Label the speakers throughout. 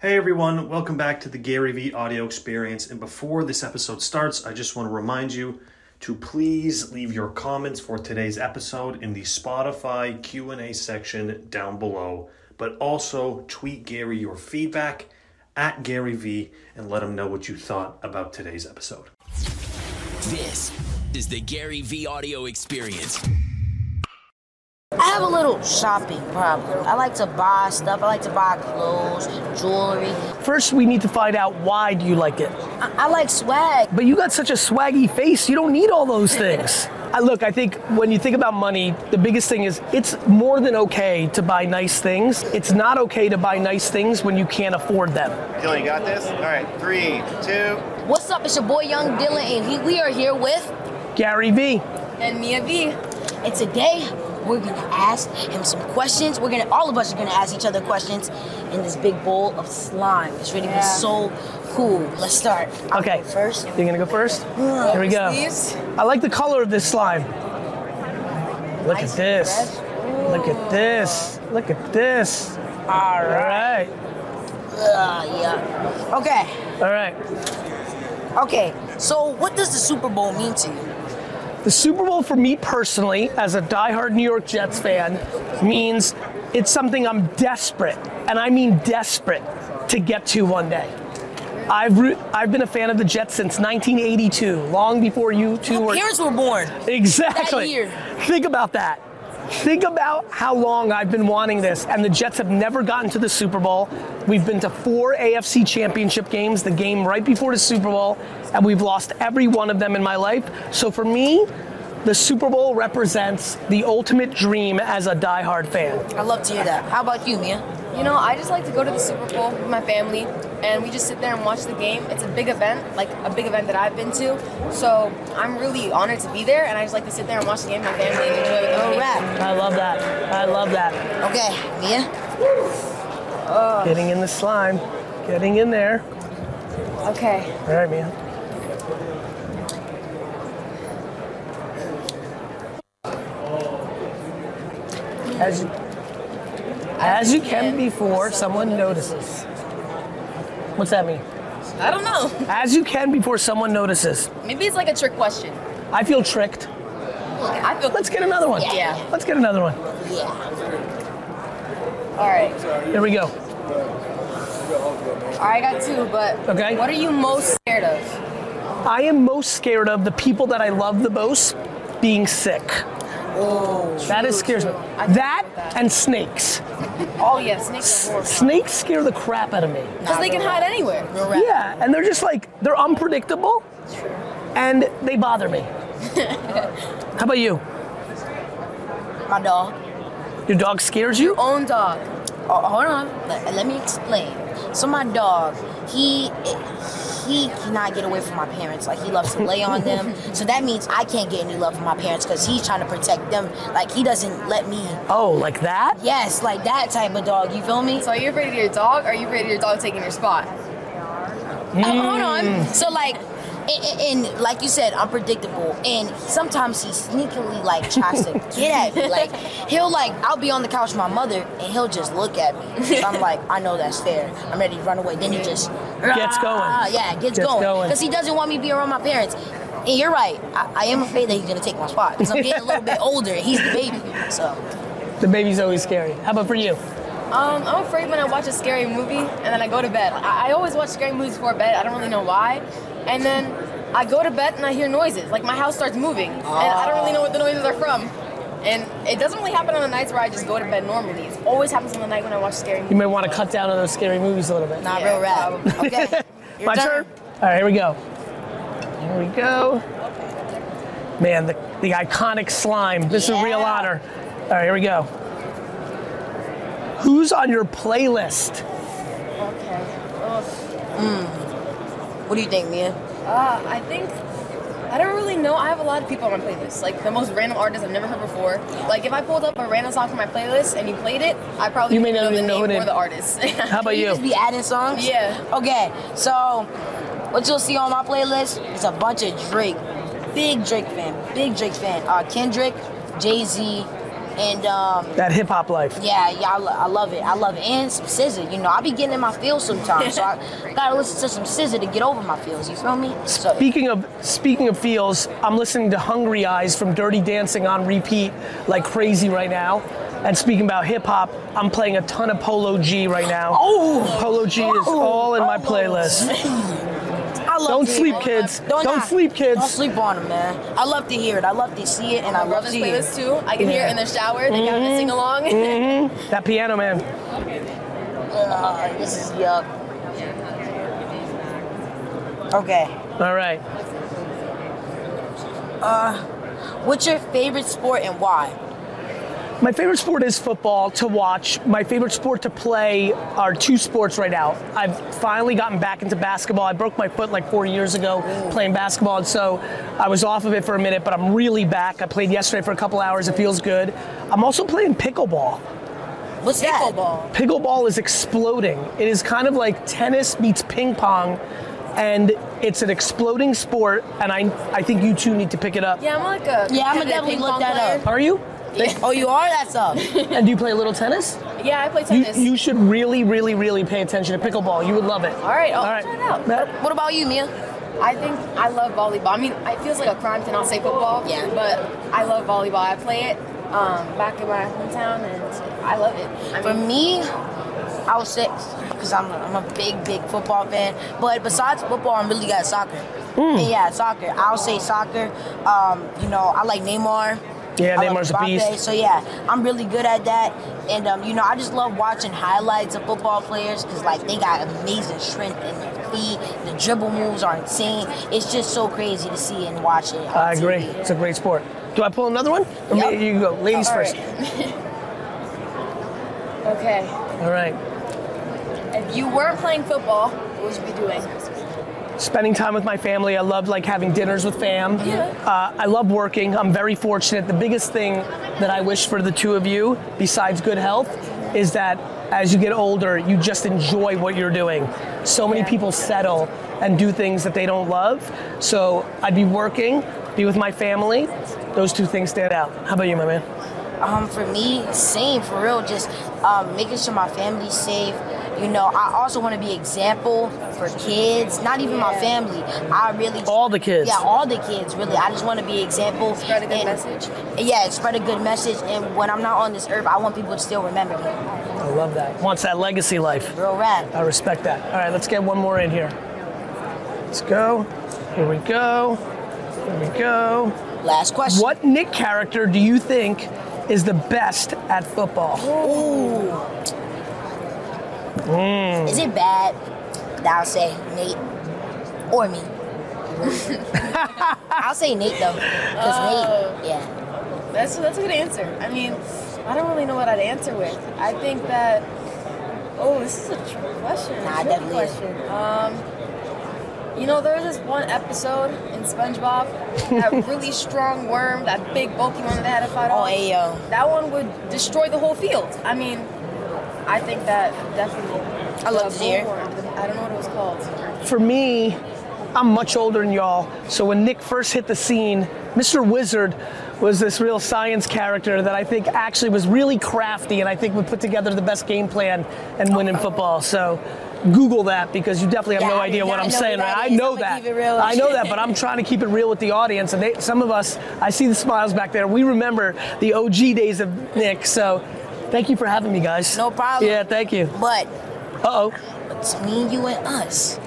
Speaker 1: Hey everyone, welcome back to the Gary Vee audio experience. And before this episode starts, I just want to remind you to please leave your comments for today's episode in the Spotify Q&A section down below, but also tweet Gary your feedback at Gary Vee and let him know what you thought about today's episode.
Speaker 2: This is the Gary V audio experience.
Speaker 3: I have a little shopping problem. I like to buy stuff. I like to buy clothes, jewelry.
Speaker 4: First, we need to find out why do you like it.
Speaker 3: I, I like swag.
Speaker 4: But you got such a swaggy face. You don't need all those things. I, look, I think when you think about money, the biggest thing is it's more than okay to buy nice things. It's not okay to buy nice things when you can't afford them.
Speaker 5: Dylan, you got this? All right, three, two.
Speaker 3: What's up? It's your boy Young Dylan, and he, we are here with.
Speaker 4: Gary Vee.
Speaker 6: and Mia V.
Speaker 3: And today we're gonna ask him some questions. We're gonna all of us are gonna ask each other questions in this big bowl of slime. It's gonna be so cool. Let's start. I'll
Speaker 4: Okay.
Speaker 3: go First.
Speaker 4: You're gonna go first? Here we go.
Speaker 6: Sleeves.
Speaker 4: I like the color of this slime. Look at
Speaker 3: Nice and
Speaker 4: this.
Speaker 3: fresh.
Speaker 4: Look at this. Look at this. All right.
Speaker 3: Uh, yeah. Okay.
Speaker 4: All right.
Speaker 3: Okay. So what does the Super Bowl mean to you?
Speaker 4: The Super Bowl for me personally, as a diehard New York Jets fan, means it's something I'm desperate, and I mean desperate, to get to one day. I've, re- I've been a fan of the Jets since 1982, long before you two
Speaker 3: Your
Speaker 4: were.
Speaker 3: parents were born.
Speaker 4: Exactly.
Speaker 3: That year.
Speaker 4: Think about that. Think about how long I've been wanting this, and the Jets have never gotten to the Super Bowl. We've been to four AFC championship games, the game right before the Super Bowl, and we've lost every one of them in my life. So for me, the Super Bowl represents the ultimate dream as a diehard fan.
Speaker 3: I love to hear that. How about you, Mia?
Speaker 6: You know, I just like to go to the Super Bowl with my family, and we just sit there and watch the game. It's a big event, like a big event that I've been to. So I'm really honored to be there, and I just like to sit there and watch the game with my family and enjoy the
Speaker 3: A
Speaker 4: Oh,
Speaker 6: game.
Speaker 3: wrap.
Speaker 4: I love that. I love that.
Speaker 3: Okay, Mia.
Speaker 4: Getting in the slime, getting in there.
Speaker 6: Okay.
Speaker 4: All right, man. As you, as you can before someone notices. What's that mean?
Speaker 6: I don't know.
Speaker 4: As you can before someone notices.
Speaker 6: Maybe it's like a trick question.
Speaker 4: I feel tricked.
Speaker 6: I feel.
Speaker 4: Let's get another one.
Speaker 6: Yeah.
Speaker 4: Let's get another one.
Speaker 6: All right.
Speaker 4: Here we go.
Speaker 6: All right, I got two, but
Speaker 4: Okay.
Speaker 6: what are you most scared of?
Speaker 4: I am most scared of the people that I love the most being sick. that is scares me.
Speaker 6: true. Oh, I can
Speaker 4: That
Speaker 6: agree with that.
Speaker 4: and snakes.
Speaker 6: Oh yeah, snakes are horrible.
Speaker 4: Snakes scare the crap out of me.
Speaker 6: Because they can hide anywhere.
Speaker 4: Yeah, and they're just like they're unpredictable, and they bother me. How about you?
Speaker 3: My dog.
Speaker 4: Your dog scares you?
Speaker 6: Own dog.
Speaker 3: Oh, hold on. Let, let me explain. So my dog, he he cannot get away from my parents. Like he loves to lay on them. So that means I can't get any love from my parents because he's trying to protect them. Like he doesn't let me.
Speaker 4: Oh, like that?
Speaker 3: Yes, like that type of dog. You feel me?
Speaker 6: So are you afraid of your dog? Or are you afraid of your dog taking your spot?
Speaker 3: Uh, hold on. So like, and, and- and like you said, unpredictable. And sometimes he sneakily like tries to get at me. Like he'll like, I'll be on the couch with my mother, and he'll just look at me. So I'm like, I know that's fair. I'm ready to run away. Then he just
Speaker 4: Gets going.
Speaker 3: "Rah." Yeah, gets,
Speaker 4: Gets
Speaker 3: going.
Speaker 4: going.
Speaker 3: Because he doesn't want me to be around my parents. And you're right. I, I am afraid that he's gonna take my spot. Because I'm getting a little bit older, and he's the baby. So
Speaker 4: The baby's always scary. How about for you?
Speaker 6: Um, I'm afraid when I watch a scary movie and then I go to bed. I, I always watch scary movies before bed. I don't really know why. And then I go to bed and I hear noises. Like my house starts moving, and I don't really know what the noises are from. And it doesn't really happen on the nights where I just go to bed normally. It always happens on the night when I watch scary
Speaker 4: You
Speaker 6: movies.
Speaker 4: may want to cut down on those scary movies a little bit.
Speaker 3: not
Speaker 6: Yeah,
Speaker 3: real rap.
Speaker 6: probably.
Speaker 3: Okay. Your
Speaker 4: My turn. All right, here we go. Here we go. Man, the, the iconic slime. This is a real
Speaker 3: Yeah.
Speaker 4: honor. All right, here we go. Who's on your playlist?
Speaker 6: Okay. Ugh.
Speaker 3: What do you think, Mia?
Speaker 6: Uh, I think I don't really know. I have a lot of people on my playlist. Like the most random artists I've never heard before. Like if I pulled up a random song from my playlist and you played it, I probably
Speaker 4: You may
Speaker 6: wouldn't
Speaker 4: not
Speaker 6: know
Speaker 4: even
Speaker 6: the
Speaker 4: know
Speaker 6: name
Speaker 4: it.
Speaker 6: or the artist.
Speaker 4: How about you?
Speaker 3: Just be adding songs.
Speaker 6: yeah.
Speaker 3: Okay, so what you'll see on my playlist is a bunch of Drake. Big Drake fan. Big Drake fan. Uh, Kendrick, Jay Z, And um,
Speaker 4: That hip hop life.
Speaker 3: yeah, yeah, I, lo- I love it. I love it. And some scissor. You know, I be getting in my feels sometimes, so I gotta listen to some scissor to get over my feels. You feel me? So
Speaker 4: Speaking of speaking of feels, I'm listening to Hungry Eyes from Dirty Dancing on repeat like crazy right now. And speaking about hip hop, I'm playing a ton of Polo G right now.
Speaker 3: Oh!
Speaker 4: Polo G is
Speaker 3: Oh!
Speaker 4: all in my
Speaker 3: Oh!
Speaker 4: playlist.
Speaker 3: I love
Speaker 4: Don't
Speaker 3: to
Speaker 4: sleep,
Speaker 3: hear it.
Speaker 4: kids. Don't
Speaker 3: I-
Speaker 4: sleep, kids.
Speaker 3: Don't sleep on them, man. I love to hear it. I love to see it, and I,
Speaker 6: I love
Speaker 3: love Mm-hmm.
Speaker 6: this
Speaker 3: to hear
Speaker 6: playlist
Speaker 3: it.
Speaker 6: too. I can hear it in the shower. They got to sing along.
Speaker 4: That piano man.
Speaker 3: Uh, this is yuck. Okay.
Speaker 4: All right.
Speaker 3: What's your favorite sport and why?
Speaker 4: My favorite sport is football to watch. My favorite sport to play are two sports right now. I've finally gotten back into basketball. I broke my foot like four years ago playing basketball, and so I was off of it for a minute, but I'm really back. I played yesterday for a couple hours. It feels good. I'm also playing pickleball.
Speaker 3: What's
Speaker 6: Pickleball.
Speaker 4: Pickleball is exploding. It is kind of like tennis meets ping pong, and it's an exploding sport, and I, I think you two need to pick it up.
Speaker 6: Yeah, I'm like a
Speaker 3: Yeah, I'ma
Speaker 6: competitive
Speaker 3: definitely
Speaker 6: ping
Speaker 3: look
Speaker 6: pong
Speaker 3: that
Speaker 6: player.
Speaker 4: Are you?
Speaker 3: that? Oh, you are? That's up.
Speaker 4: And do you play a little tennis?
Speaker 6: Yeah, I play
Speaker 4: You,
Speaker 6: tennis.
Speaker 4: you should really, really, really pay attention to pickleball. You would love it.
Speaker 6: All right, I'll try it out.
Speaker 4: Matt,
Speaker 3: what about you, Mia?
Speaker 6: I think I love volleyball. I mean, it feels like a crime to not say football.
Speaker 3: Yeah.
Speaker 6: But I love volleyball. I play it um, back in my hometown, and I love it. I
Speaker 3: For
Speaker 6: mean,
Speaker 3: me, I was six because I'm, I'm a big, big football fan. But besides football, I'm really got soccer.
Speaker 4: Hmm.
Speaker 3: And yeah, soccer. I'll say soccer. Um, you know, I like Neymar.
Speaker 4: Yeah,
Speaker 3: I love
Speaker 4: Neymar's a
Speaker 3: Mbappe.
Speaker 4: beast.
Speaker 3: So yeah, I'm really good at that. And um, you know, I just love watching highlights of football players because like they got amazing strength in their feet. The dribble moves are insane. It's just so crazy to see and watch it. on
Speaker 4: I agree.
Speaker 3: TV.
Speaker 4: It's a great sport. Do I pull another one? Or
Speaker 3: Yep.
Speaker 4: may- You go. Ladies
Speaker 6: All
Speaker 4: first.
Speaker 6: okay.
Speaker 4: All right.
Speaker 6: If you weren't playing football, what would you be doing?
Speaker 4: Spending time with my family. I love like having dinners with fam.
Speaker 6: Yeah.
Speaker 4: Uh, I love working. I'm very fortunate. The biggest thing that I wish for the two of you, besides good health, is that as you get older, you just enjoy what you're doing. So many people settle and do things that they don't love. So I'd be working, be with my family. Those two things stand out. How about you, my man?
Speaker 3: Um, for me, same for real. Just um, making sure my family's safe. You know, I also want to be example for kids. Not even my family. I really
Speaker 4: All the kids.
Speaker 3: Yeah, all the kids. Really, I just want to be example.
Speaker 6: Spread a good
Speaker 3: and-
Speaker 6: message.
Speaker 3: Yeah, spread a good message. And when I'm not on this earth, I want people to still remember me.
Speaker 4: I love that. Wants that legacy life.
Speaker 3: Real rap.
Speaker 4: I respect that. All right, let's get one more in here. Let's go. Here we go. Here we go.
Speaker 3: Last question.
Speaker 4: What Nick character do you think is the best at football?
Speaker 3: Is it bad that I'll say Nate or me? I'll say Nate though, because
Speaker 6: Oh.
Speaker 3: Nate. Yeah.
Speaker 6: That's that's a good answer. I mean, I don't really know what I'd answer with. I think that. Oh, this is a trick question. a
Speaker 3: Nah,
Speaker 6: tricky
Speaker 3: definitely is.
Speaker 6: question. Um, you know, there was this one episode in SpongeBob, that really strong worm, that big bulky one that they had to fight
Speaker 3: Oh,
Speaker 6: off.
Speaker 3: Ayo.
Speaker 6: That one would destroy the whole field. I mean, I think that definitely.
Speaker 3: I love
Speaker 6: the
Speaker 3: to hear.
Speaker 6: bullhorn, the- I don't know what it was called.
Speaker 4: For me, I'm much older than y'all. So when Nick first hit the scene, Mr. Wizard was this real science character that I think actually was really crafty and I think would put together the best game plan and win in football. So Google that because you definitely have
Speaker 3: Yeah,
Speaker 4: no
Speaker 3: I did
Speaker 4: idea what
Speaker 3: not
Speaker 4: I'm
Speaker 3: know
Speaker 4: saying.
Speaker 3: who that
Speaker 4: right?
Speaker 3: is.
Speaker 4: I know
Speaker 3: I'ma
Speaker 4: that.
Speaker 3: keep it real.
Speaker 4: I know that, but I'm trying to keep it real with the audience. And they, some of us, I see the smiles back there. We remember the OG days of Nick. So thank you for having me, guys.
Speaker 3: No problem.
Speaker 4: Yeah, thank you.
Speaker 3: But
Speaker 4: Uh oh.
Speaker 3: It's me, you, and us.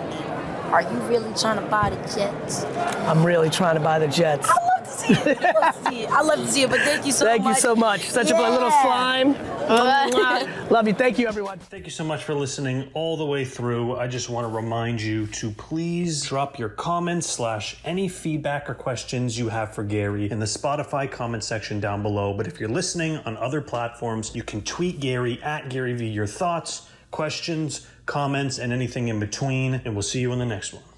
Speaker 3: Are you really trying to buy the Jets? I
Speaker 4: I'm really trying to buy the Jets.
Speaker 3: love to see it. I love to see it. I love to see it. But thank you so
Speaker 4: Thank
Speaker 3: much.
Speaker 4: you so much. Such a fun little
Speaker 3: Yeah.
Speaker 4: slime. Mwah. Love you. Thank you, everyone.
Speaker 1: Thank you so much for listening all the way through. I just want to remind you to please drop your comments slash any feedback or questions you have for Gary in the Spotify comment section down below. But if you're listening on other platforms, you can tweet Gary at Gary V your thoughts, questions, comments, and anything in between. And we'll see you in the next one.